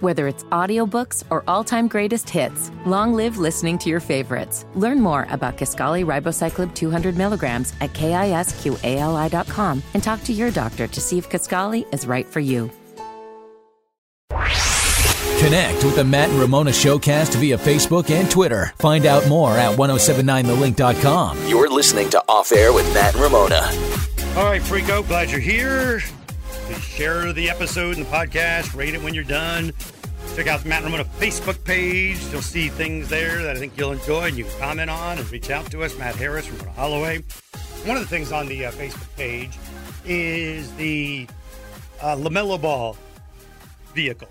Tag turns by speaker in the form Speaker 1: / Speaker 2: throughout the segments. Speaker 1: Whether it's audiobooks or all-time greatest hits, long live listening to your favorites. Learn more about Kaskali Ribocyclib 200 milligrams at kisqali.com and talk to your doctor to see if Kaskali is right for you.
Speaker 2: Connect with the Matt and Ramona Showcast via Facebook and Twitter. Find out more at 1079thelink.com.
Speaker 3: You're listening to Off Air with Matt and Ramona.
Speaker 4: All right, Freako, glad you're here. Please share the episode and the podcast. Rate it when you're done. Check out the Matt and Ramona Facebook page. You'll see things there that I think you'll enjoy and you can comment on and reach out to us. Matt Harris, Ramona Holloway. One of the things on the uh, Facebook page is the uh, LaMelo Ball vehicle.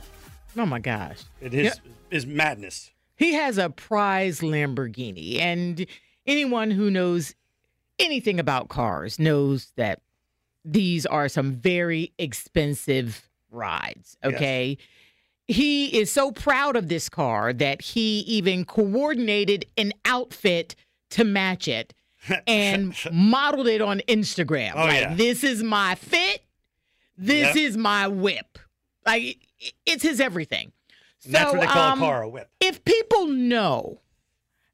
Speaker 5: Oh my gosh.
Speaker 4: It is, is madness.
Speaker 5: He has a prize Lamborghini, and anyone who knows anything about cars knows that these are some very expensive rides.
Speaker 4: Yes.
Speaker 5: Okay. He is so proud of this car that he even coordinated an outfit to match it and modeled it on Instagram.
Speaker 4: Oh,
Speaker 5: like,
Speaker 4: yeah.
Speaker 5: this is my fit. This
Speaker 4: Yeah.
Speaker 5: is my whip. Like, it- it's his everything.
Speaker 4: And that's what they call
Speaker 5: um,
Speaker 4: a car a whip.
Speaker 5: If people know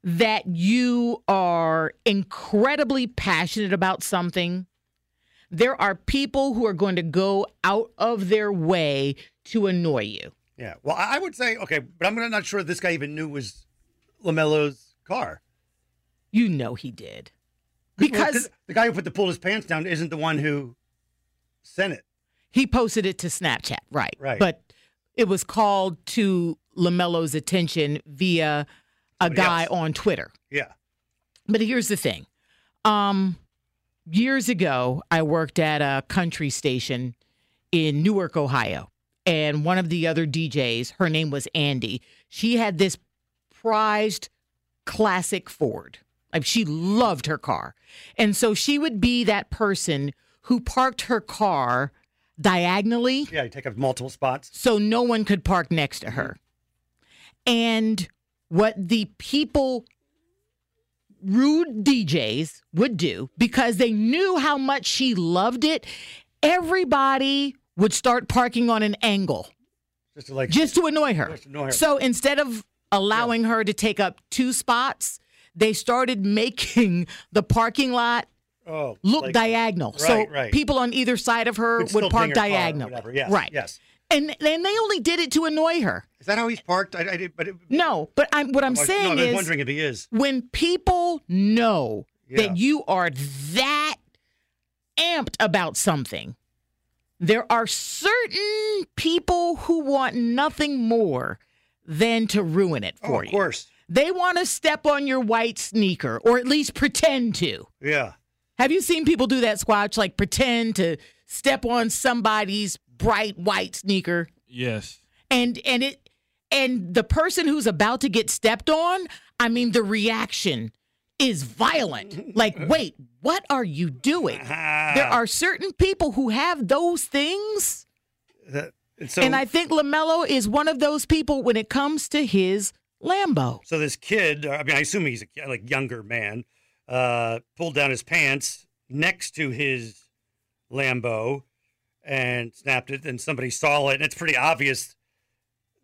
Speaker 5: that you are incredibly passionate about something, there are people who are going to go out of their way to annoy you.
Speaker 4: Yeah. Well, I I would say, okay, but I'm not sure this guy even knew was LaMelo's car.
Speaker 5: You know he did.
Speaker 4: Well,
Speaker 5: Because
Speaker 4: the guy who put the pull his pants down isn't the one who sent it.
Speaker 5: he posted it to Snapchat, right?
Speaker 4: Right.
Speaker 5: But it was called to LaMelo's attention via a
Speaker 4: Somebody
Speaker 5: guy
Speaker 4: else.
Speaker 5: on Twitter.
Speaker 4: Yeah.
Speaker 5: But here's the thing. Um, years ago, I worked at a country station in Newark, Ohio. And one of the other DJs, her name was Andy, she had this prized classic Ford. Like she loved her car. And so she would be that person who parked her car diagonally
Speaker 4: Yeah. You take up multiple spots.
Speaker 5: so no one could park next to her. And what the people, rude DJs, would do because they knew how much she loved it, everybody would start parking on an angle
Speaker 4: Just to like,
Speaker 5: just to annoy her.
Speaker 4: Just to annoy her.
Speaker 5: So instead of allowing her to take up two spots, they started making the parking lot
Speaker 4: oh,
Speaker 5: look
Speaker 4: like,
Speaker 5: diagonal. so
Speaker 4: Right, right.
Speaker 5: people on either side of her
Speaker 4: Could still ping
Speaker 5: would park
Speaker 4: her car or
Speaker 5: diagonal.
Speaker 4: whatever. Yes,
Speaker 5: right.
Speaker 4: yes.
Speaker 5: And and they only did it to annoy her.
Speaker 4: Is that how he's parked? I, I did, but it,
Speaker 5: No, but I'm what I'm
Speaker 4: I was-
Speaker 5: saying
Speaker 4: no, I was
Speaker 5: is
Speaker 4: wondering if he is.
Speaker 5: when people know
Speaker 4: Yeah.
Speaker 5: that you are that amped about something, there are certain people who want nothing more than to ruin it
Speaker 4: Oh,
Speaker 5: for
Speaker 4: of
Speaker 5: you.
Speaker 4: course.
Speaker 5: They want to step on your white sneaker or at least pretend to.
Speaker 4: Yeah.
Speaker 5: Have you seen people do that squatch like pretend to step on somebody's bright white sneaker?
Speaker 6: Yes.
Speaker 5: and and it and the person who's about to get stepped on i mean the reaction is violent like wait what are you doing there
Speaker 4: Ah.
Speaker 5: are certain people who have those things
Speaker 4: That- and so,
Speaker 5: and i think lamelo is one of those people when it comes to his lambo
Speaker 4: so this kid, uh, I mean, I assume he's a ki- like younger man, uh, pulled down his pants next to his Lambo and snapped it. And somebody saw it. And it's pretty obvious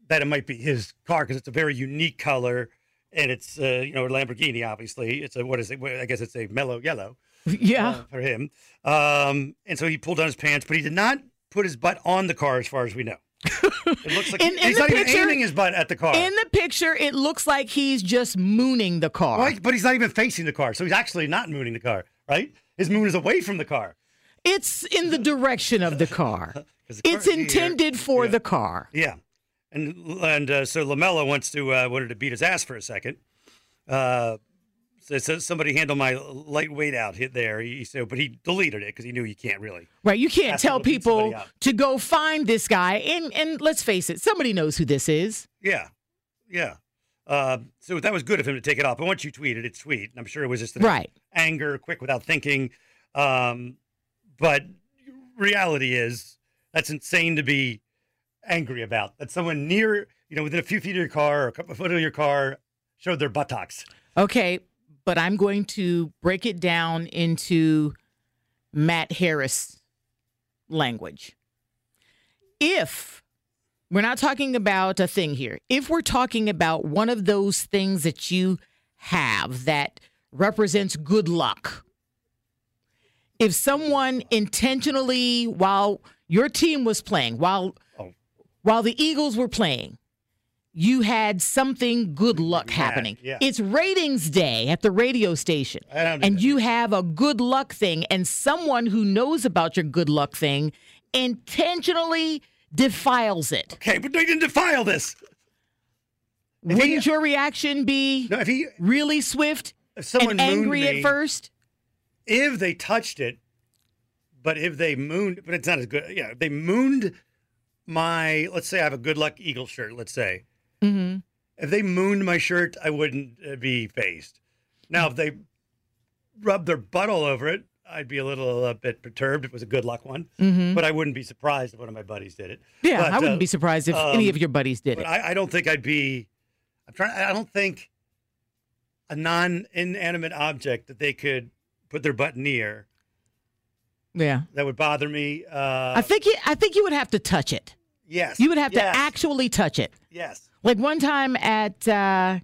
Speaker 4: that it might be his car because it's a very unique color. And it's, uh, you know, a Lamborghini, obviously. It's a, what is it? Well, I guess it's a mellow yellow.
Speaker 5: yeah
Speaker 4: uh, for him. Um, and so he pulled down his pants, but he did not put his butt on the car, as far as we know. It looks like
Speaker 5: In-
Speaker 4: he's
Speaker 5: in the
Speaker 4: not
Speaker 5: picture-
Speaker 4: even aiming his butt at the car.
Speaker 5: in the picture it looks like he's just mooning the car
Speaker 4: right? Oh, But he's not even facing the car, so he's actually not mooning the car, right? His moon is away from the car.
Speaker 5: it's in the direction of the car
Speaker 4: 'Cause the car
Speaker 5: it's
Speaker 4: is here.
Speaker 5: intended for
Speaker 4: Yeah.
Speaker 5: the car
Speaker 4: Yeah, and and uh, so Lamelo wants to uh, wanted to beat his ass for a second. Uh, so, so somebody handle my lightweight out hit there. He, he said, but he deleted it because he knew you can't really.
Speaker 5: Right. You can't
Speaker 4: Ask
Speaker 5: tell
Speaker 4: them to beat somebody
Speaker 5: people
Speaker 4: up.
Speaker 5: to go find this guy. And and let's face it, somebody knows who this is.
Speaker 4: Yeah, yeah. Uh, so that was good of him to take it off. But once you tweet it, it's tweet. And I'm sure it was just an
Speaker 5: Right.
Speaker 4: anger, quick without thinking. Um, but reality is that's insane to be angry about. That someone near, you know, within a few feet of your car or a couple of foot of your car showed their buttocks.
Speaker 5: Okay. But I'm going to break it down into Matt Harris language. If We're not talking about a thing here. If we're talking about one of those things that you have that represents good luck, if someone intentionally, while your team was playing, while
Speaker 4: Oh.
Speaker 5: while the Eagles were playing, you had something good luck
Speaker 4: Yeah,
Speaker 5: happening.
Speaker 4: yeah.
Speaker 5: It's ratings day at the radio station,
Speaker 4: I don't do
Speaker 5: and
Speaker 4: that.
Speaker 5: you have a good luck thing, and someone who knows about your good luck thing intentionally defiles it.
Speaker 4: Okay, but they didn't defile this. he-
Speaker 5: Wouldn't your reaction be
Speaker 4: No, if he,
Speaker 5: really swift
Speaker 4: if
Speaker 5: and
Speaker 4: someone
Speaker 5: angry
Speaker 4: mooned
Speaker 5: at
Speaker 4: me-
Speaker 5: first?
Speaker 4: if they touched it, but if they mooned, but it's not as good. Yeah, if they mooned my. Let's say I have a good luck eagle shirt. Let's say
Speaker 5: Mm-hmm.
Speaker 4: if they mooned my shirt, I wouldn't uh, be phased. Now, if they rubbed their butt all over it, I'd be a little uh, bit perturbed. If it was a good luck one,
Speaker 5: Mm-hmm.
Speaker 4: but I wouldn't be surprised if one of my buddies did it.
Speaker 5: Yeah,
Speaker 4: But,
Speaker 5: I wouldn't
Speaker 4: uh,
Speaker 5: be surprised if any
Speaker 4: um,
Speaker 5: of your buddies did
Speaker 4: But
Speaker 5: it.
Speaker 4: I, I don't think I'd be. I'm trying. I don't think a non-inanimate object that they could put their butt near
Speaker 5: yeah,
Speaker 4: that would bother me. Uh,
Speaker 5: I think you, I think you would have to touch it.
Speaker 4: yes,
Speaker 5: You would have
Speaker 4: yes,
Speaker 5: to actually touch it.
Speaker 4: Yes.
Speaker 5: Like one time at uh,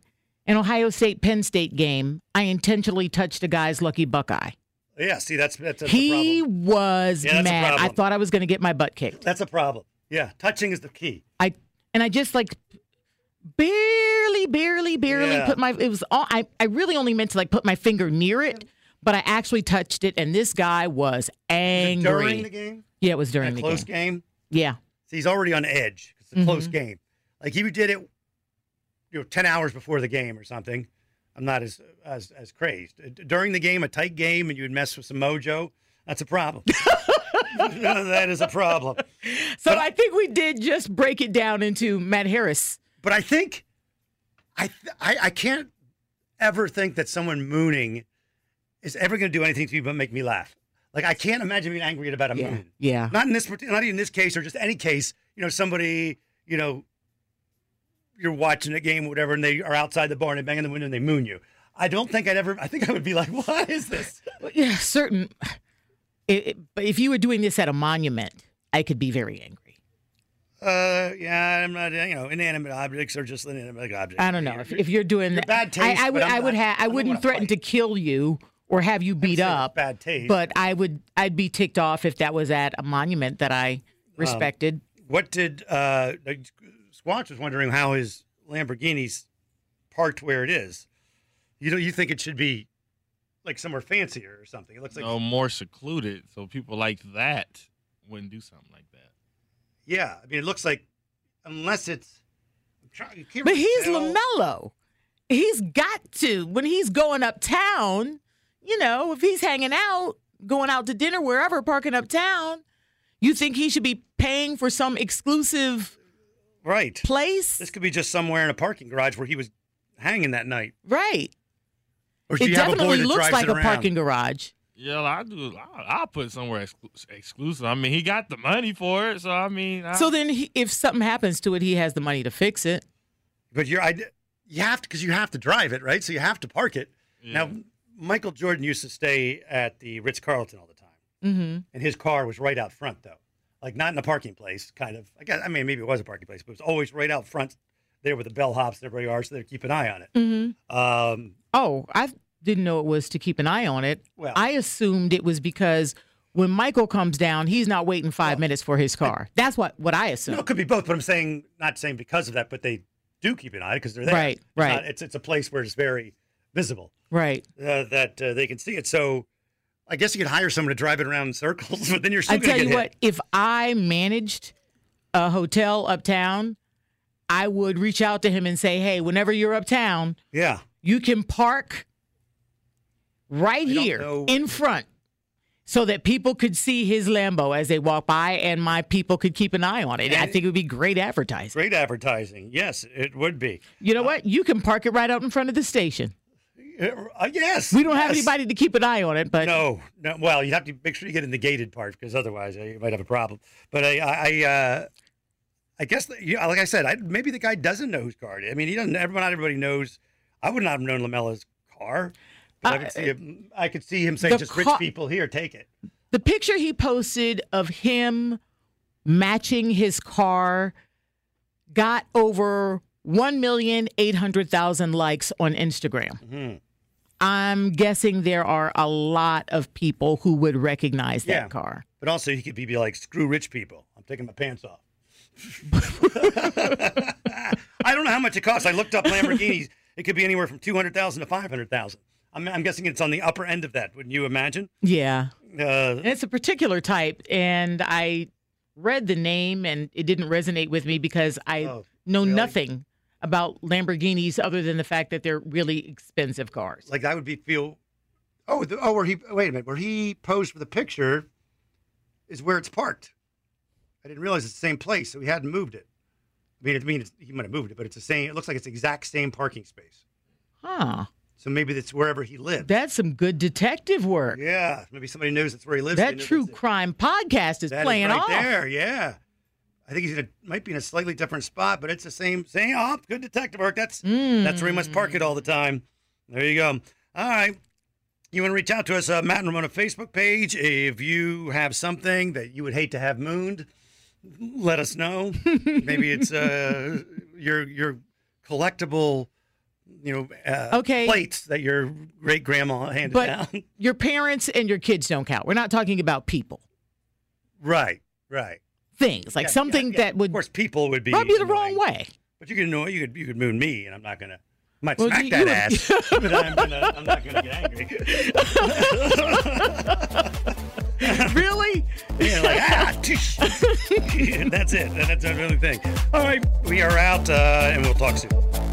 Speaker 5: an Ohio State Penn State game, I intentionally touched a guy's lucky Buckeye.
Speaker 4: Yeah, see, that's that's, that's a
Speaker 5: he
Speaker 4: problem.
Speaker 5: was
Speaker 4: Yeah, that's a
Speaker 5: mad. I
Speaker 4: problem.
Speaker 5: thought I was going to get my butt kicked.
Speaker 4: That's a problem. Yeah, touching is the key.
Speaker 5: I and I just like barely, barely, barely
Speaker 4: Yeah.
Speaker 5: put my. It was all. I I really only meant to like put my finger near it, but I actually touched it, and this guy was angry.
Speaker 4: During the game,
Speaker 5: yeah, it was
Speaker 4: in
Speaker 5: during
Speaker 4: a
Speaker 5: the
Speaker 4: close
Speaker 5: game. Mm-hmm.
Speaker 4: game,
Speaker 5: Yeah,
Speaker 4: see, he's already on edge. It's a close game. Like he did it, you know, ten hours before the game or something. I'm not as as as crazed Uh, during the game, a tight game, and you would mess with some mojo. That's a problem. that is a problem.
Speaker 5: so I think we did just break it down into Matt Harris.
Speaker 4: But I think I th- I, I can't ever think that someone mooning is ever going to do anything to me but make me laugh. Like I can't imagine being angry about a
Speaker 5: Yeah,
Speaker 4: moon.
Speaker 5: yeah.
Speaker 4: Not in this parti- not even in this case or just any case. You know, somebody you know you're watching a game, or whatever, and they are outside the bar and they bang on the window and they moon you. I don't think I'd ever. I think I would be like, "What is this?"
Speaker 5: Well, Yeah, certain. It, it- but if you were doing this at a monument, I could be very angry.
Speaker 4: Uh, yeah, I'm not. You know, inanimate objects are just inanimate objects.
Speaker 5: I don't know if, if you're doing
Speaker 4: You're
Speaker 5: that.
Speaker 4: bad taste,
Speaker 5: I, I would.
Speaker 4: but I'm
Speaker 5: I would
Speaker 4: not-
Speaker 5: have.
Speaker 4: I
Speaker 5: I
Speaker 4: don't
Speaker 5: wouldn't
Speaker 4: wanna
Speaker 5: threaten
Speaker 4: fight.
Speaker 5: to kill you or have you beat
Speaker 4: say it's
Speaker 5: up.
Speaker 4: bad taste.
Speaker 5: But I would. I'd be ticked off if that was at a monument that
Speaker 4: Um,
Speaker 5: I respected.
Speaker 4: What did uh, like, Squatch was wondering how his Lamborghini's parked where it is? You know, you think it should be like somewhere fancier or something. It looks like
Speaker 6: no more secluded. So people like that wouldn't do something like that.
Speaker 4: yeah. I mean, it looks like unless it's. I'm trying, you can't
Speaker 5: but
Speaker 4: really
Speaker 5: he's
Speaker 4: tell.
Speaker 5: Lamelo. He's got to when he's going uptown. You know, if he's hanging out, going out to dinner, wherever, parking uptown, you think he should be paying for some exclusive
Speaker 4: right.
Speaker 5: place?
Speaker 4: This could be just somewhere in a parking garage where he was hanging that night.
Speaker 5: Right.
Speaker 4: Or do
Speaker 5: It
Speaker 4: you have a boy
Speaker 5: definitely
Speaker 4: that
Speaker 5: looks
Speaker 4: drives
Speaker 5: like
Speaker 4: it
Speaker 5: a
Speaker 4: around?
Speaker 5: parking garage.
Speaker 6: Yeah, I do. I, I'll put somewhere exclu- exclusive. I mean, he got the money for it, so I mean, I,
Speaker 5: So then, he, if something happens to it, he has the money to fix it.
Speaker 4: But you're, I, you have to, because you have to drive it, right? So you have to park it. Now, Michael Jordan used to stay at the Ritz Carlton all the time,
Speaker 5: Mm-hmm.
Speaker 4: and his car was right out front, though, like not in a parking place, kind of. I guess I mean maybe it was a parking place, but it was always right out front there with the bellhops and everybody are, so they keep an eye on it.
Speaker 5: Mm-hmm.
Speaker 4: Um,
Speaker 5: Oh, I didn't know it was to keep an eye on it.
Speaker 4: Well-
Speaker 5: I assumed it was because when Michael comes down, he's not waiting five minutes for his car. That's what what I assumed.
Speaker 4: no, it could be both, but I'm saying not saying because of that, but they do keep an eye because they're there.
Speaker 5: Right,
Speaker 4: It's
Speaker 5: right.
Speaker 4: not- it's it's a place where it's very visible.
Speaker 5: Right.
Speaker 4: uh, that uh, they can see it. So I guess you could hire someone to drive it around in circles, but then you're still
Speaker 5: I
Speaker 4: going
Speaker 5: tell
Speaker 4: to get
Speaker 5: you
Speaker 4: hit.
Speaker 5: what, if I managed a hotel uptown, I would reach out to him and say, "Hey, whenever you're uptown,
Speaker 4: Yeah,
Speaker 5: you can park right
Speaker 4: I don't
Speaker 5: here
Speaker 4: know.
Speaker 5: in front so that people could see his Lambo as they walk by and my people could keep an eye on it. I think it would be great advertising.
Speaker 4: great advertising. Yes, it would be.
Speaker 5: You know what? You can park it right out in front of the station.
Speaker 4: Uh, yes,
Speaker 5: We don't have
Speaker 4: yes.
Speaker 5: anybody to keep an eye on it, but
Speaker 4: No, no. Well, you have to make sure you get in the gated part because otherwise uh, you might have a problem. But I, I, I, uh, I guess that, yeah, like I said, I, maybe the guy doesn't know whose car. It is. I mean, he doesn't. Everyone, not everybody knows. I would not have known Lamella's car. But I,
Speaker 5: Uh,
Speaker 4: could see him, I could see him saying,
Speaker 5: the
Speaker 4: "Just
Speaker 5: car-
Speaker 4: rich people here, take it."
Speaker 5: the picture he posted of him matching his car got over 1,800,000 likes on Instagram.
Speaker 4: Mm-hmm.
Speaker 5: I'm guessing there are a lot of people who would recognize that
Speaker 4: Yeah.
Speaker 5: car.
Speaker 4: But also, you could be be like, screw rich people. I'm taking my pants off. I don't know how much it costs. I looked up Lamborghinis. It could be anywhere from 200,000 to 500,000. I'm, I'm guessing it's on the upper end of that, wouldn't you imagine?
Speaker 5: Yeah.
Speaker 4: Uh,
Speaker 5: And it's a particular type. And I read the name and it didn't resonate with me because I
Speaker 4: Oh,
Speaker 5: know
Speaker 4: really?
Speaker 5: nothing about Lamborghinis other than the fact that they're really expensive cars.
Speaker 4: like that would be feel. Oh, the, oh, where he wait a minute, where he posed for the picture is where it's parked. I didn't realize it's the same place, so he hadn't moved it. I mean, I mean, it's, he might have moved it, but it's the same. It looks like it's the exact same parking space.
Speaker 5: Huh.
Speaker 4: So maybe that's wherever he lived.
Speaker 5: That's some good detective work.
Speaker 4: yeah, maybe somebody knows that's where he lives.
Speaker 5: that
Speaker 4: They know
Speaker 5: true
Speaker 4: that's it.
Speaker 5: crime podcast is
Speaker 4: That is
Speaker 5: playing
Speaker 4: right
Speaker 5: off.
Speaker 4: there. Yeah, I think he's in a, might be in a slightly different spot, but it's the same. Same. Oh, good detective work. That's that's where he must
Speaker 5: Hmm.
Speaker 4: park it all the time. There you go. All right. You want to reach out to us, uh, Matt and Ramona Facebook page. If you have something that you would hate to have mooned, let us know. Maybe it's uh, your your collectible, you know, uh,
Speaker 5: Okay.
Speaker 4: plates that your great grandma handed
Speaker 5: But
Speaker 4: down.
Speaker 5: your parents and your kids don't count. We're not talking about people.
Speaker 4: right, right.
Speaker 5: Things like
Speaker 4: Yeah, yeah,
Speaker 5: something
Speaker 4: yeah.
Speaker 5: that would
Speaker 4: of course, people would be
Speaker 5: rub you the
Speaker 4: annoying.
Speaker 5: wrong way.
Speaker 4: But you can annoy you could you could moon me, and I'm not gonna. I might
Speaker 5: Well,
Speaker 4: smack
Speaker 5: you-
Speaker 4: that
Speaker 5: you
Speaker 4: ass, but I'm, gonna, I'm not gonna get angry.
Speaker 5: really?
Speaker 4: Yeah, like ah, tish. that's it. That's the only thing. All right, we are out, uh, and we'll talk soon.